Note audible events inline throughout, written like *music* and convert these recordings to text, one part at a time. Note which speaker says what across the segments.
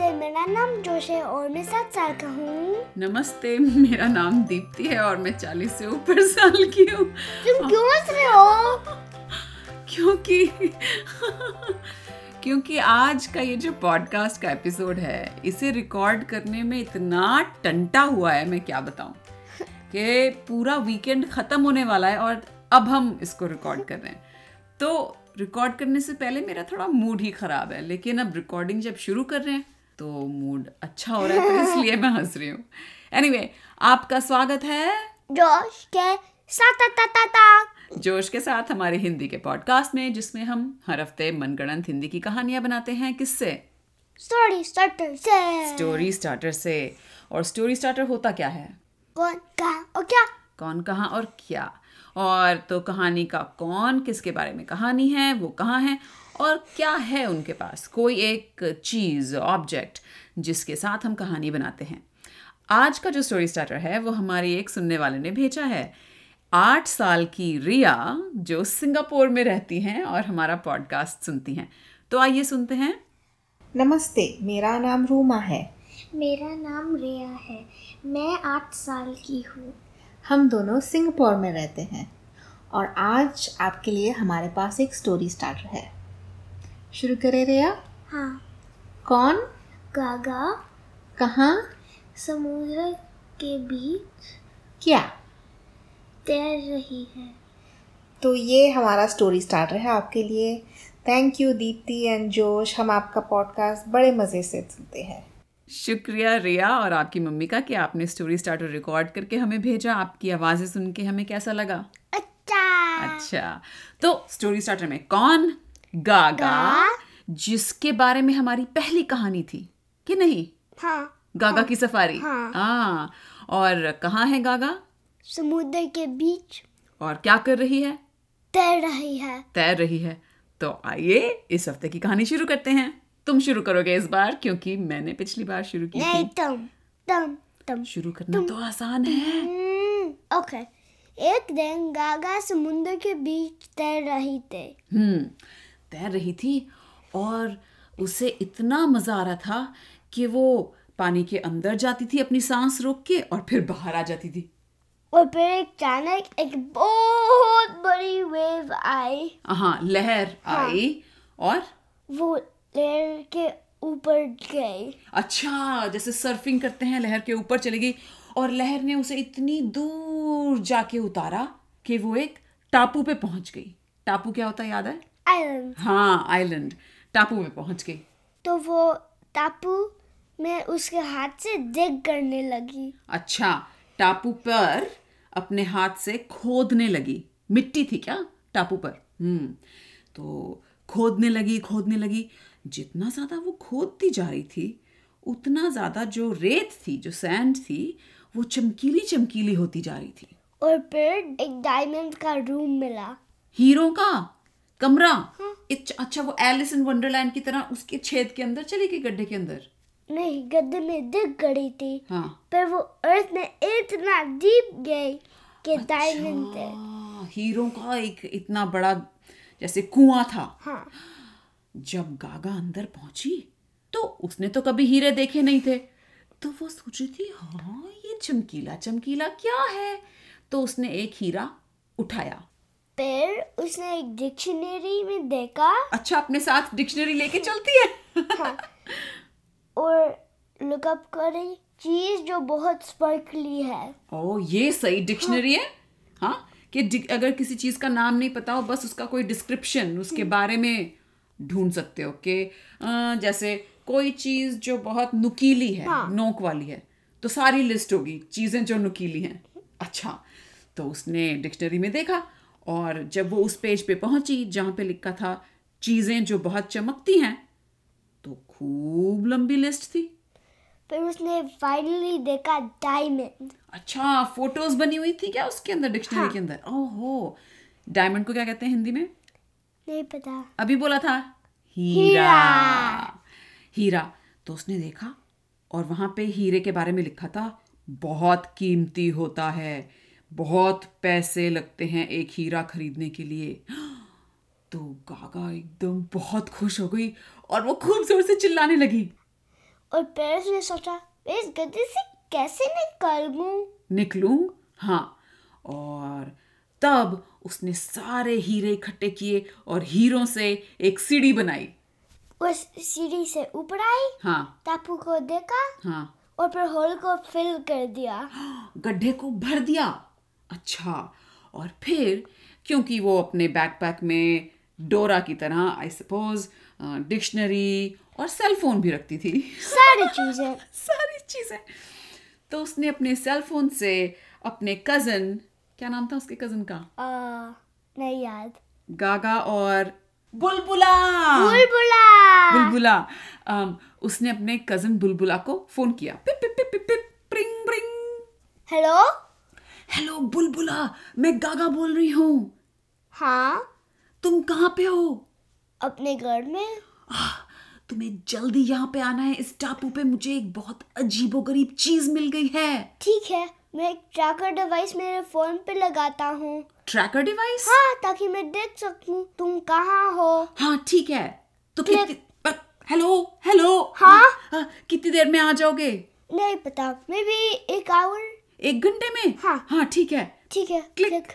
Speaker 1: नाम जोश है और मैं सात साल का हूँ
Speaker 2: नमस्ते मेरा नाम दीप्ति है और मैं चालीस से ऊपर साल की हूँ
Speaker 1: तुम क्यों हंस रहे हो
Speaker 2: क्योंकि क्योंकि आज का ये जो पॉडकास्ट का एपिसोड है इसे रिकॉर्ड करने में इतना टंटा हुआ है मैं क्या बताऊँ कि पूरा वीकेंड ख़त्म होने वाला है और अब हम इसको रिकॉर्ड कर रहे हैं तो रिकॉर्ड करने से पहले मेरा थोड़ा मूड ही ख़राब है लेकिन अब रिकॉर्डिंग जब शुरू कर रहे हैं तो मूड अच्छा हो रहा है तो इसलिए मैं हंस रही हूँ एनीवे anyway, आपका स्वागत है
Speaker 1: जोश के सात ता ता ता
Speaker 2: जोश के साथ हमारे हिंदी के पॉडकास्ट में जिसमें हम हर हफ्ते मनगणंत हिंदी की कहानियां बनाते हैं किससे
Speaker 1: स्टोरी स्टार्टर से
Speaker 2: स्टोरी स्टार्टर से और स्टोरी स्टार्टर होता क्या है
Speaker 1: कौन कहा और क्या
Speaker 2: कौन कहाँ और क्या और तो कहानी का कौन किसके बारे में कहानी है वो कहाँ है और क्या है उनके पास कोई एक चीज़ ऑब्जेक्ट जिसके साथ हम कहानी बनाते हैं आज का जो स्टोरी स्टार्टर है वो हमारे एक सुनने वाले ने भेजा है आठ साल की रिया जो सिंगापुर में रहती हैं और हमारा पॉडकास्ट सुनती हैं तो आइए सुनते हैं
Speaker 3: नमस्ते मेरा नाम रूमा है
Speaker 1: मेरा नाम रिया है मैं आठ साल की हूँ
Speaker 3: हम दोनों सिंगापुर में रहते हैं और आज आपके लिए हमारे पास एक स्टोरी स्टार्टर है शुरू करें रिया
Speaker 1: हाँ
Speaker 3: कौन
Speaker 1: गागा
Speaker 3: कहाँ
Speaker 1: समुद्र के बीच
Speaker 3: क्या
Speaker 1: तैर रही है
Speaker 3: तो ये हमारा स्टोरी स्टार्टर है आपके लिए thank you Deepti and Josh हम आपका पॉडकास्ट बड़े मज़े से सुनते हैं
Speaker 2: शुक्रिया रिया और आपकी मम्मी का कि आपने स्टोरी स्टार्टर रिकॉर्ड करके हमें भेजा आपकी आवाज़ें सुन के हमें कैसा लगा
Speaker 1: अच्छा
Speaker 2: अच्छा तो स्टोरी स्टार्टर में कौन गागा जिसके बारे में हमारी पहली कहानी थी कि नहीं
Speaker 1: हाँ
Speaker 2: गागा की सफारी
Speaker 1: हाँ।
Speaker 2: हाँ और कहाँ है गागा
Speaker 1: समुद्र के बीच
Speaker 2: और क्या कर रही है
Speaker 1: तैर रही है
Speaker 2: तैर रही है तो आइए इस हफ्ते की कहानी शुरू करते हैं तुम शुरू करोगे इस बार क्योंकि मैंने पिछली बार शुरू की
Speaker 1: *laughs* नहीं
Speaker 2: थी
Speaker 1: तुम तुम तुम
Speaker 2: शुरू करना तो आसान है
Speaker 1: हम्म, ओके एक दिन गागा समुद्र के बीच तैर रही थे
Speaker 2: हम्म तैर रही थी और उसे इतना मजा आ रहा था कि वो पानी के अंदर जाती थी अपनी सांस रोक के और फिर बाहर आ जाती थी
Speaker 1: और फिर एक अचानक एक बहुत बड़ी वेव आई
Speaker 2: हाँ लहर आई और
Speaker 1: वो लेर के ऊपर गई
Speaker 2: अच्छा जैसे सर्फिंग करते हैं लहर के ऊपर चली गई और लहर ने उसे इतनी दूर जाके उतारा कि वो एक टापू पे पहुंच गई टापू क्या होता है याद है
Speaker 1: आइलैंड
Speaker 2: हाँ आइलैंड टापू पे पहुंच गई
Speaker 1: तो वो टापू में उसके हाथ से दिग करने लगी
Speaker 2: अच्छा टापू पर अपने हाथ से खोदने लगी मिट्टी थी क्या टापू पर हम्म तो खोदने लगी खोदने लगी जितना ज़्यादा वो खोदती जा रही थी उतना ज़्यादा जो रेत थी जो सैंड थी वो चमकीली चमकीली होती जा रही थी
Speaker 1: और फिर एक डायमंड का रूम मिला
Speaker 2: हीरो का कमरा इच- अच्छा वो एलिस इन वंडरलैंड की तरह उसके छेद के अंदर चली गई गड्ढे के अंदर
Speaker 1: नहीं गड्ढे में दिग गई थी
Speaker 2: हाँ
Speaker 1: पर वो अर्थ में इतना डीप गई कि डायमंड थे
Speaker 2: हाँ, हीरो का एक इतना बड़ा जैसे कुआं था
Speaker 1: हाँ
Speaker 2: जब गागा अंदर पहुंची तो उसने तो कभी हीरे देखे नहीं थे तो वो सोच रही थी हाँ ये चमकीला चमकीला क्या है तो उसने एक हीरा उठाया
Speaker 1: फिर उसने एक डिक्शनरी में देखा
Speaker 2: अच्छा अपने साथ डिक्शनरी लेके चलती है
Speaker 1: हाँ, और लुकअप करी चीज जो बहुत स्पर्कली है
Speaker 2: ओ ये सही डिक्शनरी है हाँ कि डि- अगर किसी चीज का नाम नहीं पता हो बस उसका कोई डिस्क्रिप्शन उसके बारे में ढूंढ सकते हो कि अ, जैसे कोई चीज जो बहुत नुकीली है नोक वाली है तो सारी लिस्ट होगी चीजें जो नुकीली हैं अच्छा तो उसने डिक्शनरी में देखा और जब वो उस पेज पे पहुंची जहाँ पे लिखा था चीजें जो बहुत चमकती हैं तो खूब लंबी लिस्ट थी
Speaker 1: फिर उसने फाइनली देखा डायमंड
Speaker 2: अच्छा फोटोज बनी हुई थी क्या उसके अंदर डिक्शनरी के अंदर ओहो डायमंड को क्या कहते हैं हिंदी में
Speaker 1: नहीं पता
Speaker 2: अभी बोला था हीरा
Speaker 1: हीरा।
Speaker 2: हीरा तो उसने देखा और वहां पे हीरे के बारे में लिखा था बहुत कीमती होता है बहुत पैसे लगते हैं एक हीरा खरीदने के लिए तो गागा एकदम बहुत खुश हो गई और वो खूब जोर से चिल्लाने लगी
Speaker 1: और पेरिस ने सोचा मैं इस गड्ढे से कैसे निकलूं
Speaker 2: निकलूं हाँ और तब उसने सारे हीरे इकट्ठे किए और हीरों से एक सीढ़ी बनाई
Speaker 1: वह सीढ़ी से ऊपर आई
Speaker 2: हाँ
Speaker 1: टापू को देखा
Speaker 2: हाँ
Speaker 1: और फिर होल को फिल कर दिया
Speaker 2: गड्ढे को भर दिया अच्छा और फिर क्योंकि वो अपने बैकपैक में डोरा की तरह आई सपोज डिक्शनरी और सेलफोन भी रखती थी *laughs*
Speaker 1: सारी चीजें
Speaker 2: सारी चीज़ें तो उसने अपने सेलफोन से अपने कज़न क्या नाम था उसके कज़न का
Speaker 1: आ, नहीं याद
Speaker 2: गागा और बुलबुला
Speaker 1: बुलबुला
Speaker 2: बुलबुला अम, उसने अपने कज़न बुलबुला को फ़ोन किया पिप पिप पिप पिप पिप प्रिंग प्रिंग
Speaker 1: हेलो
Speaker 2: हेलो बुलबुला मैं गागा बोल रही हूँ
Speaker 1: हाँ
Speaker 2: तुम कहाँ पे हो
Speaker 1: अपने घर में
Speaker 2: आह, तुम्हें जल्दी यहाँ पे आना है इस टापू पे मुझे एक बहुत अजीबोगरीब चीज मिल गई है
Speaker 1: ठीक है मैं एक ट्रैकर डिवाइस मेरे फोन पे लगाता हूँ
Speaker 2: ट्रैकर डिवाइस
Speaker 1: हाँ ताकि मैं देख सकूँ तुम कहाँ हो
Speaker 2: हाँ ठीक है तो
Speaker 1: क्लिक।
Speaker 2: कितनी अ, हेलो हेलो
Speaker 1: हाँ?
Speaker 2: अ, कितनी देर में आ जाओगे
Speaker 1: नहीं पता मे बी एक आवर
Speaker 2: एक घंटे में
Speaker 1: हाँ।
Speaker 2: हाँ ठीक है
Speaker 1: ठीक है
Speaker 2: क्लिक।
Speaker 1: क्लिक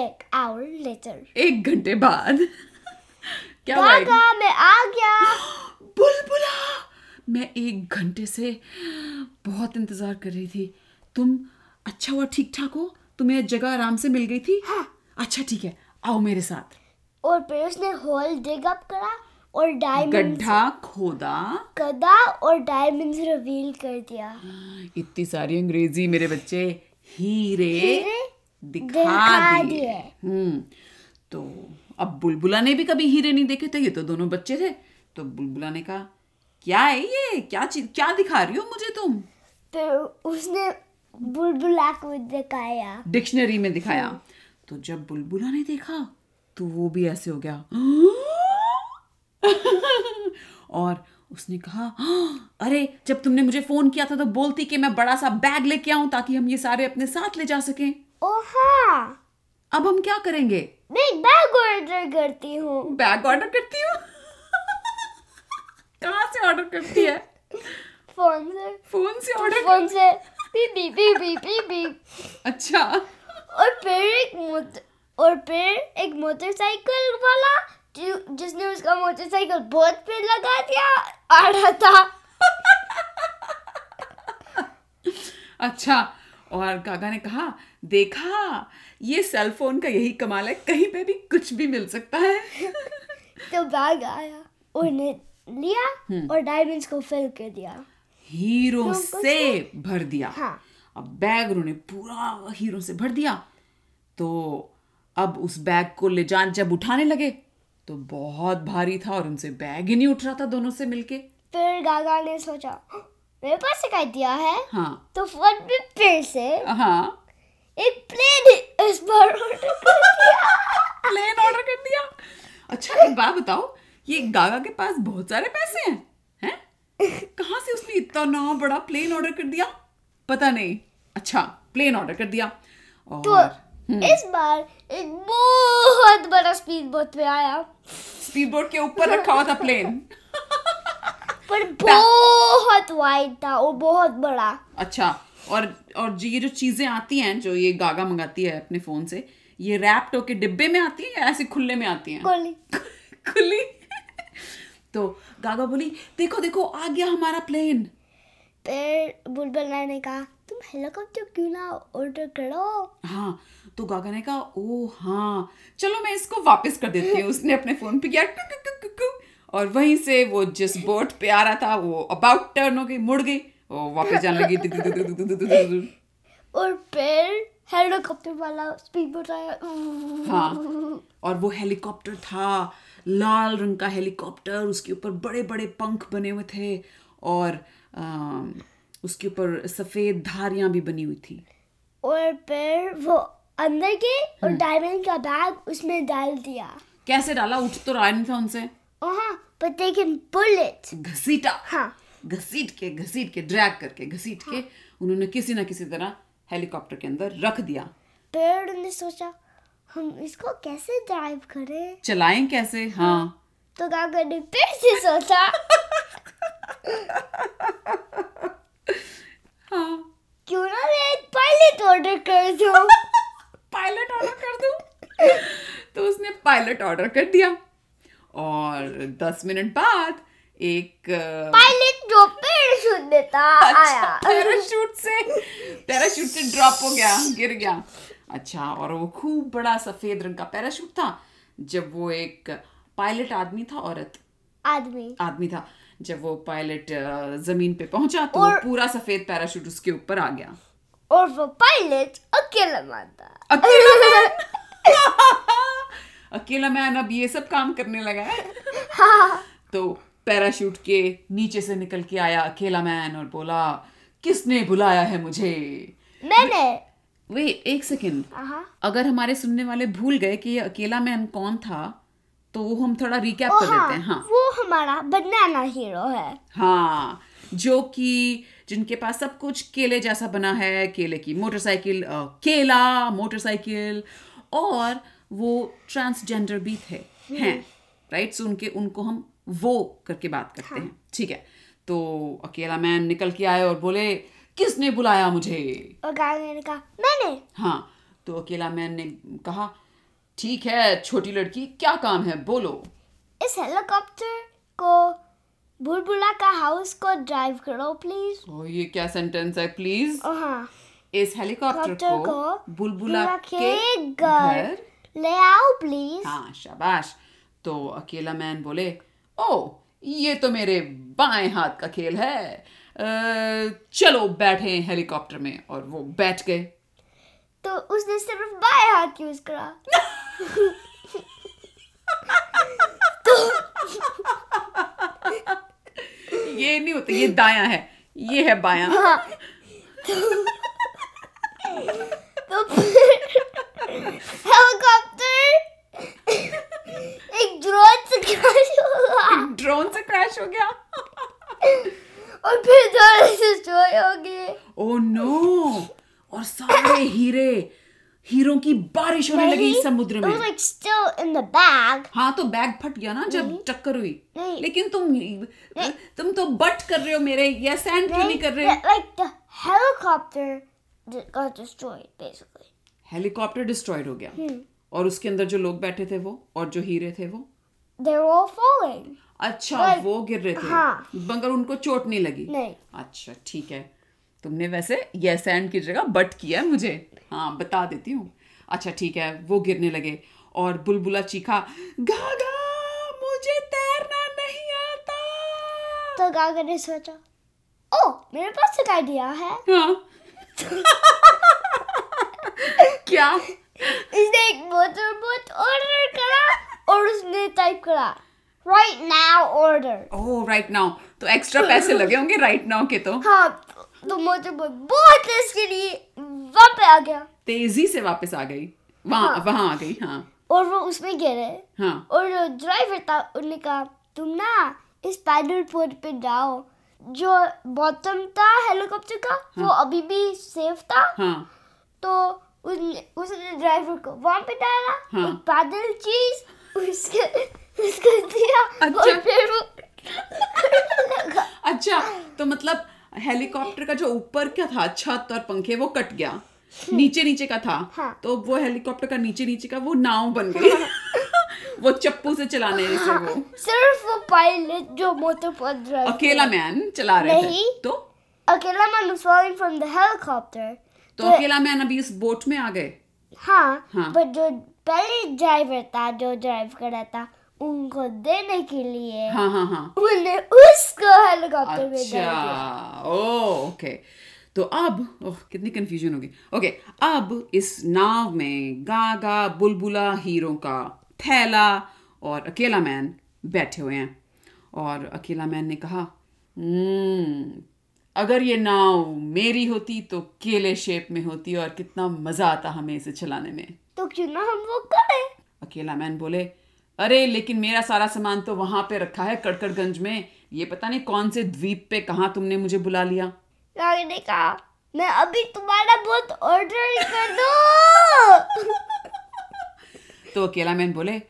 Speaker 1: एक आवर लेटर
Speaker 2: एक घंटे बाद *laughs* क्या हुआ एक-
Speaker 1: काका मैं आ गया
Speaker 2: बुलबुला मैं एक घंटे से बहुत इंतजार कर रही थी तुम अच्छा हुआ ठीक ठाक हो तुम्हें जगह आराम से मिल गई थी
Speaker 1: हाँ।
Speaker 2: अच्छा ठीक है आओ मेरे साथ
Speaker 1: और फिर उसने होल डिग अप करा और डायमंड
Speaker 2: गड्ढा खोदा
Speaker 1: कदा और डायमंड रिवील कर दिया
Speaker 2: इतनी सारी अंग्रेजी मेरे बच्चे हीरे
Speaker 1: हीरे
Speaker 2: दिखा
Speaker 1: दिखा
Speaker 2: दिए
Speaker 1: दिए।
Speaker 2: हम्म तो अब बुलबुला ने भी कभी हीरे नहीं देखे थे ये तो दोनों बच्चे थे तो बुलबुला ने कहा क्या है ये क्या चीज क्या दिखा रही हो मुझे तुम
Speaker 1: फिर उसने बुलबुला को दिखाया
Speaker 2: डिक्शनरी में दिखाया तो जब बुलबुला ने देखा तो वो भी ऐसे हो *laughs* गया और उसने कहा "हाँ, अरे जब तुमने मुझे फोन किया था तो बोलती कि मैं बड़ा सा बैग लेके आऊं ताकि हम ये सारे अपने साथ ले जा सकें
Speaker 1: ओ हाँ
Speaker 2: अब हम क्या करेंगे
Speaker 1: मैं एक बैग ऑर्डर करती हूँ
Speaker 2: बैग ऑर्डर करती हूँ *laughs* कहाँ से ऑर्डर करती *laughs* है
Speaker 1: फोन से
Speaker 2: फोन से ऑर्डर
Speaker 1: फोन से beep beep beep beep beep beep
Speaker 2: अच्छा
Speaker 1: और फिर एक मोट और फिर एक मोटरसाइकिल वाला जो- जिसने उसका मोटरसाइकिल बहुत पे लगा दिया आ रहा था
Speaker 2: अच्छा और काका ने कहा देखा ये सेलफोन का यही कमाल है कहीं पे भी कुछ भी मिल सकता है
Speaker 1: तो बैग आया और ने लिया और डायमंड्स को फिल कर दिया
Speaker 2: हीरो से भर दिया
Speaker 1: हाँ।
Speaker 2: अब बैग उन्होंने पूरा हीरो से भर दिया तो अब उस बैग को ले जान जब उठाने लगे तो बहुत भारी था और उनसे बैग ही नहीं उठ रहा था दोनों से मिलके
Speaker 1: फिर गागा ने सोचा "हं, मेरे पास एक आइडिया है
Speaker 2: हाँ
Speaker 1: तो फोन पे फिर से
Speaker 2: हाँ
Speaker 1: एक प्लेन इस बार ऑर्डर कर दिया
Speaker 2: प्लेन ऑर्डर कर दिया अच्छा एक बात बताओ ये गागा के पास बहुत सारे पैसे हैं हैं कहाँ से उसने इतना बड़ा प्लेन ऑर्डर कर दिया पता नहीं अच्छा प्लेन ऑर्डर कर दिया और
Speaker 1: तो इस बार एक बहुत बड़ा स्पीड बोट पे आया
Speaker 2: स्पीड बोर्ड के ऊपर रखा हुआ था प्लेन
Speaker 1: पर बहुत वाइड था और बहुत बड़ा
Speaker 2: अच्छा और और जी ये जो चीज़ें आती हैं जो ये गागा मंगाती है अपने फ़ोन से ये रैप्ड होके डिब्बे में आती है या ऐसे खुले में आती हैं
Speaker 1: कोली
Speaker 2: खुली *laughs* तो गागा बोली देखो देखो आ गया हमारा प्लेन
Speaker 1: फिर बुलबुला ने कहा तुम हेलीकॉप्टर क्यों ना ऑर्डर करो
Speaker 2: हाँ तो गागा ने कहा ओ हाँ चलो मैं इसको वापस कर देती हूँ उसने अपने फोन पे किया टुक, टुक, टुक, टुक, टुक, और वहीं से वो जिस बोट पे आ रहा था वो अबाउट टर्न हो गई मुड़ गई वो वापस जाने लगी दुक, दुक, दुक, दुक, दुक, दुक, दुक, दुक, दुक।
Speaker 1: और फिर हेलीकॉप्टर वाला स्पीड बोट आया
Speaker 2: हाँ और वो हेलीकॉप्टर था लाल रंग का हेलीकॉप्टर उसके ऊपर बड़े बड़े पंख बने हुए थे और अम, उसके ऊपर सफेद धारियां भी बनी हुई थी
Speaker 1: और फिर वो अंदर गए और डायमंड का बैग उसमें डाल दिया
Speaker 2: कैसे डाला उठ तो रहा नहीं था उनसे
Speaker 1: और हाँ पर लेकिन बुलेट
Speaker 2: घसीटा
Speaker 1: हाँ
Speaker 2: घसीट के घसीट के ड्रैग करके घसीट के उन्होंने किसी ना किसी तरह हेलीकॉप्टर के अंदर रख दिया
Speaker 1: पेड़ ने सोचा हम इसको कैसे ड्राइव करें
Speaker 2: चलाएं कैसे हाँ
Speaker 1: तो गागर ने फिर से सोचा
Speaker 2: हाँ
Speaker 1: क्यों ना मैं एक पायलट ऑर्डर कर दूं
Speaker 2: पायलट ऑर्डर कर दूं *laughs* तो उसने पायलट ऑर्डर कर दिया और दस मिनट बाद एक अ,
Speaker 1: पायलट जो पेड़ सुन देता आया
Speaker 2: अच्छा, पैराशूट से पैराशूट से ड्रॉप हो गया गिर गया अच्छा और वो खूब बड़ा सफेद रंग का पैराशूट था जब वो एक पायलट आदमी था औरत
Speaker 1: आदमी
Speaker 2: आदमी था जब वो पायलट अ, जमीन पे पहुंचा तो वो
Speaker 1: और-
Speaker 2: पूरा सफेद पैराशूट उसके ऊपर आ
Speaker 1: *laughs*
Speaker 2: गया
Speaker 1: और वो पायलट अकेला मारता
Speaker 2: अकेला मैन अकेला मैन अब ये सब काम करने लगा है
Speaker 1: हाँ,
Speaker 2: तो पैराशूट के नीचे से निकल के आया अकेला मैन और बोला किसने बुलाया है मुझे
Speaker 1: मैंने
Speaker 2: वेट एक सेकेंड
Speaker 1: हाँ
Speaker 2: अगर हमारे सुनने वाले भूल गए कि ये अकेला मैन कौन था तो वो हम थोड़ा रिकैप
Speaker 1: ओ
Speaker 2: कर
Speaker 1: हाँ
Speaker 2: देते हैं हाँ
Speaker 1: वो हमारा बनाना हीरो है
Speaker 2: हाँ जो कि जिनके पास सब कुछ केले जैसा बना है केले की मोटरसाइकिल अ, केला मोटरसाइकिल और वो ट्रांसजेंडर भी थे हैं राइट सो उनके उनको हम वो करके बात करते हैं ठीक है तो अकेला मैन निकल के आए और बोले किसने बुलाया मुझे
Speaker 1: और गांगे ने कहा मैंने
Speaker 2: हाँ तो अकेला मैन ने कहा ठीक है छोटी लड़की क्या काम है बोलो
Speaker 1: इस हेलीकॉप्टर को बुलबुला का हाउस को ड्राइव करो प्लीज
Speaker 2: ओ ये क्या सेंटेंस है प्लीज
Speaker 1: ओ हाँ
Speaker 2: इस हेलीकॉप्टर
Speaker 1: हेलीकॉप्टर
Speaker 2: को
Speaker 1: को
Speaker 2: बुलबुला
Speaker 1: बुलबुला
Speaker 2: के
Speaker 1: के
Speaker 2: घर
Speaker 1: घर ले आओ प्लीज
Speaker 2: हाँ शाबाश तो अकेला मैन बोले ओ ये तो मेरे बाएं हाथ का खेल है अ, चलो बैठे हेलीकॉप्टर में और वो बैठ गए
Speaker 1: तो उसने सिर्फ बाएं हाथ यूज करा
Speaker 2: ये नहीं होता ये दाया है ये है बाया
Speaker 1: हाँ तो फिर हेलीकॉप्टर एक ड्रोन से क्रैश हुआ
Speaker 2: ड्रोन से क्रैश हो गया
Speaker 1: और फिर दोनों डिस्ट्रॉय हो गए
Speaker 2: ओ नो और सारे हीरे हीरों की बारिश होने लगी
Speaker 1: नहीं,
Speaker 2: समुद्र
Speaker 1: it was
Speaker 2: में
Speaker 1: like still in the bag
Speaker 2: हाँ तो बैग फट गया ना जब टक्कर हुई
Speaker 1: नहीं।
Speaker 2: लेकिन तुम तुम तो बट कर रहे हो मेरे या सैंड क्यों नहीं कर रहे
Speaker 1: Like- like the helicopter that got destroyed basically
Speaker 2: helicopter destroyed हो गया और उसके अंदर जो लोग बैठे थे वो और जो हीरे थे वो
Speaker 1: they were all falling
Speaker 2: अच्छा
Speaker 1: पर-
Speaker 2: वो गिर रहे थे
Speaker 1: हाँ।
Speaker 2: मगर उनको चोट नहीं लगी
Speaker 1: नहीं।
Speaker 2: अच्छा ठीक है तुमने वैसे यस एंड की जगह बट किया है मुझे हाँ बता देती हूँ अच्छा ठीक है वो गिरने लगे और बुलबुला चीखा गागा मुझे तैरना नहीं आता
Speaker 1: तो गागा ने सोचा ओह मेरे पास एक आइडिया है
Speaker 2: हाँ क्या
Speaker 1: इसने एक मोटर बोट ऑर्डर करा और उसने टाइप करा right now order
Speaker 2: oh right now तो एक्स्ट्रा पैसे लगे होंगे राइट नाउ के तो
Speaker 1: हाँ तो मोटर बोट बहुत तेज के लिए वहां पे आ गया
Speaker 2: तेजी से वापस आ गई वहाँ वहाँ आ गई हाँ
Speaker 1: और वो उसमें गिरे
Speaker 2: हाँ
Speaker 1: और जो ड्राइवर था उन्होंने कहा तुम ना इस पैडल बोट पे जाओ जो बॉटम था हेलीकॉप्टर का वो अभी भी सेफ था
Speaker 2: हाँ
Speaker 1: तो उसने उसने ड्राइवर को वहां पे डाला
Speaker 2: हाँ।
Speaker 1: एक पैदल *laughs* चीज उसके उसको दिया
Speaker 2: अच्छा।
Speaker 1: और फिर वो
Speaker 2: अच्छा तो मतलब हेलीकॉप्टर का जो ऊपर का था छत और पंखे वो कट गया नीचे नीचे का था
Speaker 1: हाँ।
Speaker 2: तो वो हेलीकॉप्टर का नीचे नीचे का वो नाव बन गई *laughs* वो चप्पू से चलाने से वो
Speaker 1: सिर्फ वो पायलट जो मोटर पर ड्राइव
Speaker 2: अकेला मैन चला रहे थे
Speaker 1: नहीं।
Speaker 2: तो
Speaker 1: अकेला man was falling from the helicopter
Speaker 2: तो अकेला मैन अभी इस बोट में आ गए
Speaker 1: हाँ,
Speaker 2: हाँ।
Speaker 1: पर जो पहले ड्राइवर था जो ड्राइव कर रहा था उनको देने के लिए
Speaker 2: हाँ हाँ हाँ
Speaker 1: उन्होंने उसको हेलीकॉप्टर में डाल दिया
Speaker 2: अच्छा ओके तो अब ओह कितनी कंफ्यूजन होगी ओके अब इस नाव में गागा बुलबुला हीरो का थैला और अकेला मैन बैठे हुए हैं और अकेला मैन ने कहा "हम्म, अगर ये नाव मेरी होती तो केले शेप में होती और कितना मजा आता हमें इसे चलाने में
Speaker 1: तो क्यों ना हम वो करें
Speaker 2: अकेला मैन बोले अरे लेकिन मेरा सारा सामान तो वहां पे रखा है कड़कड़गंज में ये पता नहीं कौन से द्वीप पे कहाँ तुमने मुझे बुला लिया
Speaker 1: रानी ने कहा मैं अभी तुम्हारा बहुत ऑर्डर कर दूं *laughs*
Speaker 2: तो अकेला मैन बोले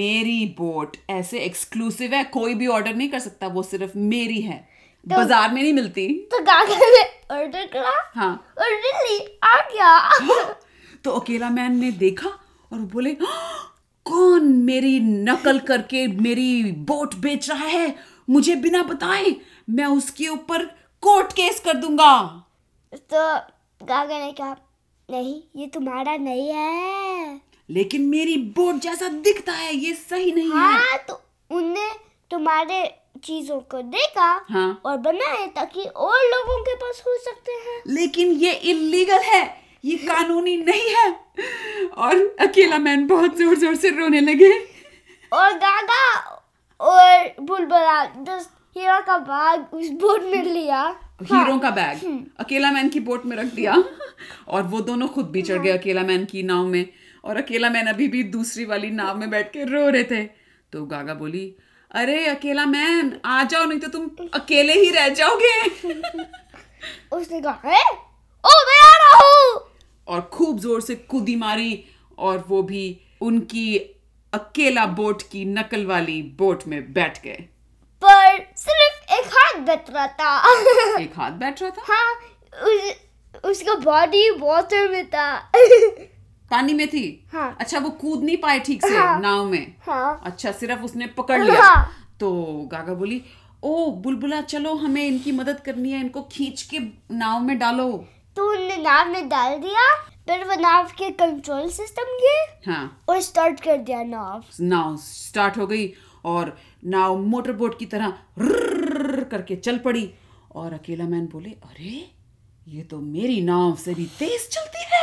Speaker 2: मेरी बोट ऐसे एक्सक्लूसिव है कोई भी ऑर्डर नहीं कर सकता वो सिर्फ मेरी है बाजार में नहीं मिलती
Speaker 1: तो गाकर ने ऑर्डर करा
Speaker 2: हाँ
Speaker 1: और रियली आ गया
Speaker 2: तो अकेला मैन ने देखा और बोले "हाँ, कौन मेरी नकल करके मेरी बोट बेच रहा है मुझे बिना बताए मैं उसके ऊपर कोर्ट केस कर दूंगा
Speaker 1: तो गाकर ने कहा नहीं ये तुम्हारा नहीं है
Speaker 2: लेकिन मेरी बोट जैसा दिखता है ये सही नहीं है
Speaker 1: हाँ तो उनने तुम्हारे चीजों को देखा
Speaker 2: हाँ।
Speaker 1: और बनाए ताकि और लोगों के पास हो सकते हैं
Speaker 2: लेकिन ये इलीगल है ये कानूनी नहीं है और अकेला मैन बहुत जोर जोर से रोने लगे
Speaker 1: और गागा और बुलबुला दस हीरा का बाग उस बोट में लिया
Speaker 2: हीरो का बैग अकेला मैन की बोट में रख दिया और वो दोनों खुद भी चढ़ गए अकेला मैन की नाव में और अकेला मैन अभी भी दूसरी वाली नाव में बैठ के रो रहे थे तो गागा बोली अरे अकेला मैन आ जाओ नहीं तो तुम अकेले ही रह जाओगे
Speaker 1: उसने कहा है ओ मैं आ रहा हूँ
Speaker 2: और खूब जोर से कूदी मारी और वो भी उनकी अकेला बोट की नकल वाली बोट में बैठ गए
Speaker 1: पर सिर्फ एक हाथ बच रहा था *laughs*
Speaker 2: एक हाथ बैठ रहा था
Speaker 1: हाँ उस, उसका बॉडी वाटर में था *laughs*
Speaker 2: पानी में थी
Speaker 1: हाँ।
Speaker 2: अच्छा वो कूद नहीं पाए ठीक से
Speaker 1: हाँ।
Speaker 2: नाव में
Speaker 1: हाँ
Speaker 2: अच्छा सिर्फ उसने पकड़ लिया
Speaker 1: हाँ।
Speaker 2: तो गागा बोली ओ बुलबुला चलो हमें इनकी मदद करनी है इनको खींच के नाव में डालो
Speaker 1: तो उनने नाव में डाल दिया फिर वो नाव के कंट्रोल सिस्टम गए
Speaker 2: हाँ
Speaker 1: और स्टार्ट कर दिया नाव
Speaker 2: नाव स्टार्ट हो गई और नाव मोटर बोट की तरह रुर्र करके चल पड़ी और अकेला मैन बोले अरे ये तो मेरी नाव से भी तेज चलती है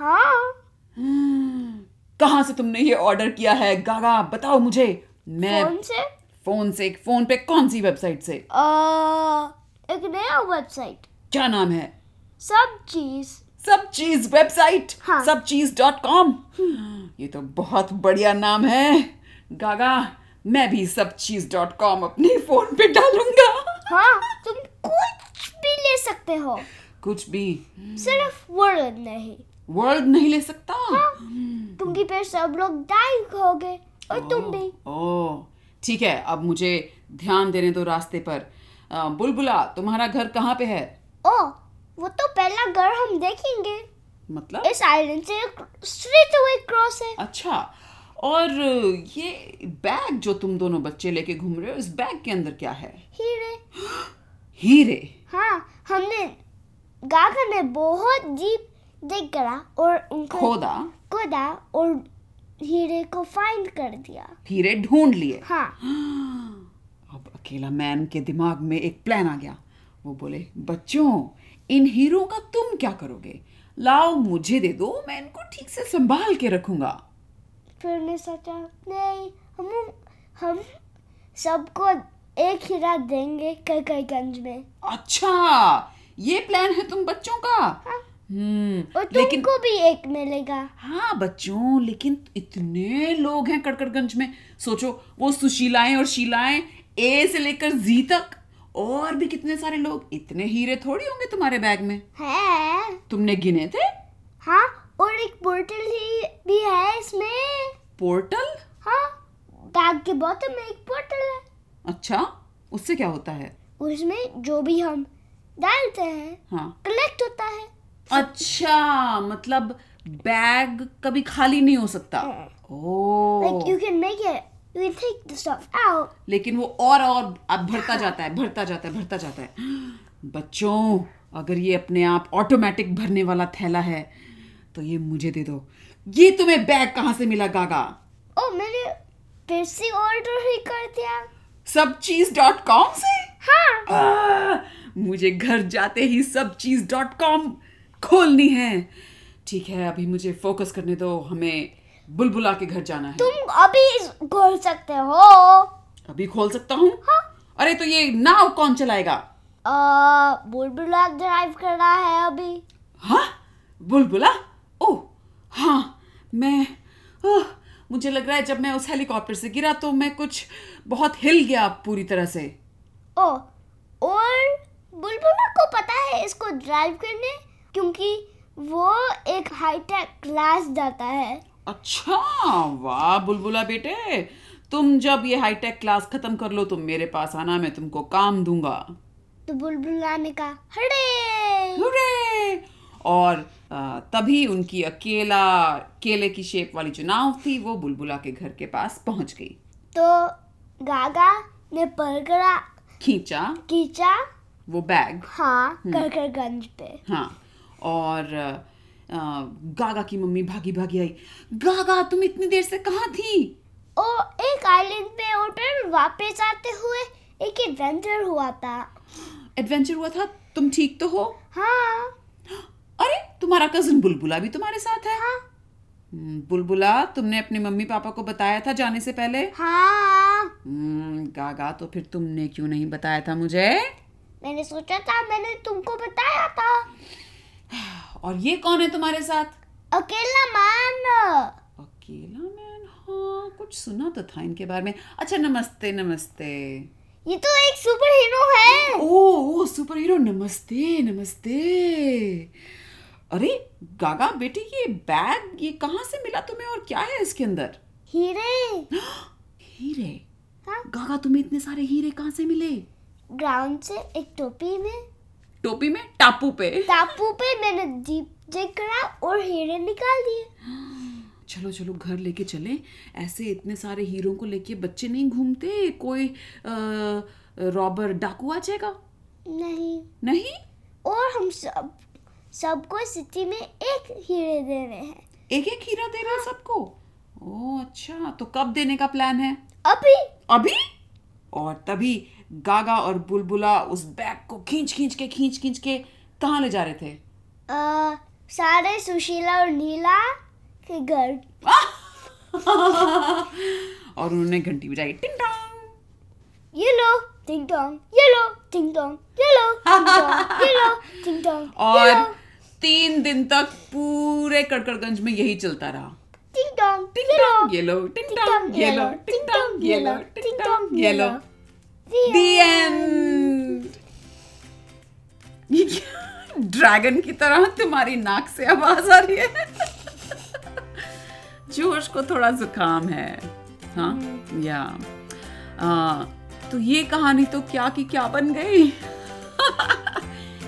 Speaker 2: हम्म,
Speaker 1: हाँ
Speaker 2: कहाँ से तुमने ये ऑर्डर किया है गागा बताओ मुझे मैं
Speaker 1: कौन से
Speaker 2: फोन से फोन पे कौन सी वेबसाइट से
Speaker 1: अ, एक नया वेबसाइट
Speaker 2: क्या नाम है
Speaker 1: सब चीज
Speaker 2: सब चीज वेबसाइट
Speaker 1: हाँ।
Speaker 2: सब चीज डॉट कॉम ये तो बहुत बढ़िया नाम है गागा मैं भी सब चीज डॉट कॉम अपने फोन पे डालूंगा
Speaker 1: हाँ तुम कुछ भी ले सकते हो
Speaker 2: कुछ भी
Speaker 1: सिर्फ वर्ड नहीं
Speaker 2: वर्ल्ड नहीं ले सकता
Speaker 1: हाँ, क्योंकि फिर सब लोग डाई हो गए और
Speaker 2: Oh.
Speaker 1: तुम भी
Speaker 2: ओ ठीक है अब मुझे ध्यान देने दो रास्ते पर अ, बुलबुला तुम्हारा घर कहाँ पे है
Speaker 1: ओ वो तो पहला घर हम देखेंगे
Speaker 2: मतलब
Speaker 1: इस आइलैंड से स्ट्रेट अवे क्रॉस है
Speaker 2: अच्छा और ये बैग जो तुम दोनों बच्चे लेके घूम रहे हो इस बैग के अंदर क्या है
Speaker 1: हीरे
Speaker 2: हीरे
Speaker 1: हाँ हमने गागा ने बहुत डीप देख करा और उनको
Speaker 2: खोदा
Speaker 1: खोदा और हीरे को फाइंड कर दिया
Speaker 2: हीरे ढूंढ लिए
Speaker 1: हाँ
Speaker 2: *gasps* अब अकेला मैन के दिमाग में एक प्लान आ गया वो बोले बच्चों इन हीरो का तुम क्या करोगे लाओ मुझे दे दो मैं इनको ठीक से संभाल के रखूंगा
Speaker 1: फिर मैं सोचा नहीं हम हम सबको एक हीरा देंगे ककईगंज में
Speaker 2: अच्छा ये प्लान है तुम बच्चों का हम्म
Speaker 1: हाँ। और
Speaker 2: लेकिन
Speaker 1: तुमको भी एक मिलेगा
Speaker 2: हाँ बच्चों लेकिन इतने लोग हैं कड़कड़गंज में सोचो वो सुशीलाएं और शीलाएं ए से लेकर जी तक और भी कितने सारे लोग इतने हीरे थोड़ी होंगे तुम्हारे बैग में
Speaker 1: है
Speaker 2: तुमने गिने थे
Speaker 1: हाँ और एक पोर्टल ही भी है इसमें
Speaker 2: पोर्टल
Speaker 1: हाँ बैग के बॉटम में एक पोर्टल है
Speaker 2: अच्छा उससे क्या होता है
Speaker 1: उसमें जो भी हम डालते हैं
Speaker 2: हाँ
Speaker 1: कलेक्ट होता है
Speaker 2: अच्छा मतलब बैग कभी खाली नहीं हो सकता
Speaker 1: like you
Speaker 2: oh
Speaker 1: can make it you can take the stuff out
Speaker 2: लेकिन वो और और अब भरता जाता है भरता जाता है भरता जाता है बच्चों अगर ये अपने आप ऑटोमेटिक भरने वाला थैला है तो ये मुझे दे दो ये तुम्हें बैग कहाँ से मिला गागा
Speaker 1: ओ Oh, मैंने फिर से ऑर्डर ही कर दिया
Speaker 2: सब चीज डॉट कॉम से
Speaker 1: हाँ
Speaker 2: आह, मुझे घर जाते ही सब चीज डॉट कॉम खोलनी है ठीक है अभी मुझे फोकस करने दो हमें बुलबुला के घर जाना है
Speaker 1: तुम अभी इस- खोल सकते हो
Speaker 2: अभी खोल सकता हूँ अरे तो ये नाव कौन चलाएगा
Speaker 1: अ, बुलबुला ड्राइव कर रहा है अभी
Speaker 2: हाँ बुलबुला ओह हाँ मैं ओह मुझे लग रहा है जब मैं उस हेलीकॉप्टर से गिरा तो मैं कुछ बहुत हिल गया पूरी तरह से
Speaker 1: ओ और बुलबुला को पता है इसको ड्राइव करने क्योंकि वो एक हाईटेक क्लास जाता है
Speaker 2: अच्छा वाह बुलबुला बेटे तुम जब ये हाईटेक क्लास खत्म कर लो तुम मेरे पास आना मैं तुमको काम दूंगा
Speaker 1: तो बुलबुला ने कहा हरे
Speaker 2: हुर्रे! और अ, तभी उनकी अकेला केले की शेप वाली जो नाव थी वो बुलबुला के घर के पास पहुंच गई
Speaker 1: तो गागा ने परगड़ा
Speaker 2: खींचा
Speaker 1: खींचा
Speaker 2: वो बैग
Speaker 1: हाँ करकरगंज पे
Speaker 2: हाँ और अ, गागा की मम्मी भागी भागी आई गागा तुम इतनी देर से कहाँ थी
Speaker 1: और एक आइलैंड पे होटल वापस आते हुए एक एडवेंचर हुआ था
Speaker 2: एडवेंचर हुआ था तुम ठीक तो हो
Speaker 1: हाँ
Speaker 2: अरे तुम्हारा कजन बुलबुला भी तुम्हारे साथ है
Speaker 1: हाँ
Speaker 2: हम्म, बुलबुला तुमने अपने मम्मी पापा को बताया था जाने से पहले
Speaker 1: हाँ
Speaker 2: हम्म, गागा तो फिर तुमने क्यों नहीं बताया था मुझे
Speaker 1: मैंने सोचा था मैंने तुमको बताया था
Speaker 2: और ये कौन है तुम्हारे साथ
Speaker 1: अकेला मान
Speaker 2: अकेला मैन हाँ कुछ सुना तो था इनके बारे में अच्छा नमस्ते नमस्ते
Speaker 1: ये तो एक सुपर हीरो है
Speaker 2: ओ ओ सुपर हीरो नमस्ते नमस्ते अरे गागा बेटी ये बैग ये कहाँ से मिला तुम्हें और क्या है इसके अंदर
Speaker 1: हीरे
Speaker 2: हीरे
Speaker 1: हाँ।
Speaker 2: गागा तुम्हें इतने सारे हीरे कहाँ से मिले
Speaker 1: ग्राउंड से एक टोपी में
Speaker 2: टोपी में टापू पे
Speaker 1: टापू पे मैंने जीप चेक करा और हीरे निकाल दिए
Speaker 2: चलो चलो घर लेके चले ऐसे इतने सारे हीरो को लेके बच्चे नहीं घूमते कोई अ, रॉबर डाकू आ जाएगा
Speaker 1: नहीं
Speaker 2: नहीं
Speaker 1: और हम सब सबको सिटी में एक हीरे दे रहे हैं
Speaker 2: एक एक हीरा दे रहे हैं सबको ओ अच्छा तो कब देने का प्लान है
Speaker 1: अभी
Speaker 2: अभी और तभी गागा और बुलबुला उस बैग को खींच खींच के खींच खींच के कहाँ ले जा रहे थे
Speaker 1: अ, Uh, सारे सुशीला और नीला के घर
Speaker 2: और उन्होंने घंटी बजाई टिंग टॉन्ग
Speaker 1: ये लो टिंग टोंग ये लो टिंग टोंग ये लो टिंग टोंग ये लो टिंग टोंग ये
Speaker 2: और
Speaker 1: लो
Speaker 2: तीन दिन तक पूरे कड़कड़गंज में यही चलता रहा
Speaker 1: टिंग टोंग
Speaker 2: टिंग टॉन्ग ये लो टिंग टॉन्ग ये लो टिंग टॉन्ग ये लो टिंग टॉन्ग ये लो दी *laughs* एंड ये क्या ड्रैगन की तरह तुम्हारी नाक से आवाज आ रही है *laughs* जोश को थोड़ा जुकाम है हाँ या आ, तो ये कहानी तो क्या की क्या बन गई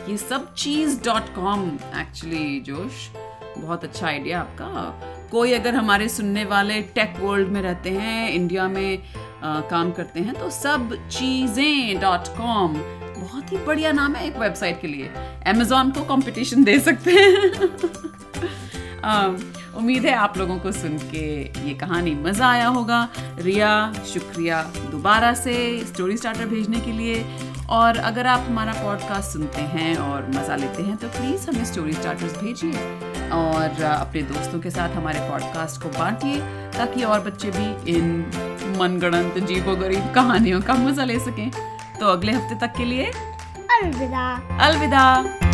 Speaker 2: ये सब चीज डॉट कॉम एक्चुअली जोश बहुत अच्छा आइडिया आपका कोई अगर हमारे सुनने वाले टेक वर्ल्ड में रहते हैं इंडिया में आ, काम करते हैं तो सब चीज़ें डॉट कॉम बहुत ही बढ़िया नाम है एक वेबसाइट के लिए अमेजोन को कंपटीशन दे सकते हैं अम, उम्मीद है आप लोगों को सुन के ये कहानी मज़ा आया होगा रिया शुक्रिया दोबारा से स्टोरी स्टार्टर भेजने के लिए और अगर आप हमारा पॉडकास्ट सुनते हैं और मज़ा लेते हैं तो प्लीज़ हमें स्टोरी स्टार्टर्स भेजिए और अ, अपने दोस्तों के साथ हमारे पॉडकास्ट को बांटिए ताकि और बच्चे भी इन मनगढ़ंत जीवोगरीब कहानियों का मज़ा ले सकें तो अगले हफ्ते तक के लिए
Speaker 1: अलविदा
Speaker 2: अलविदा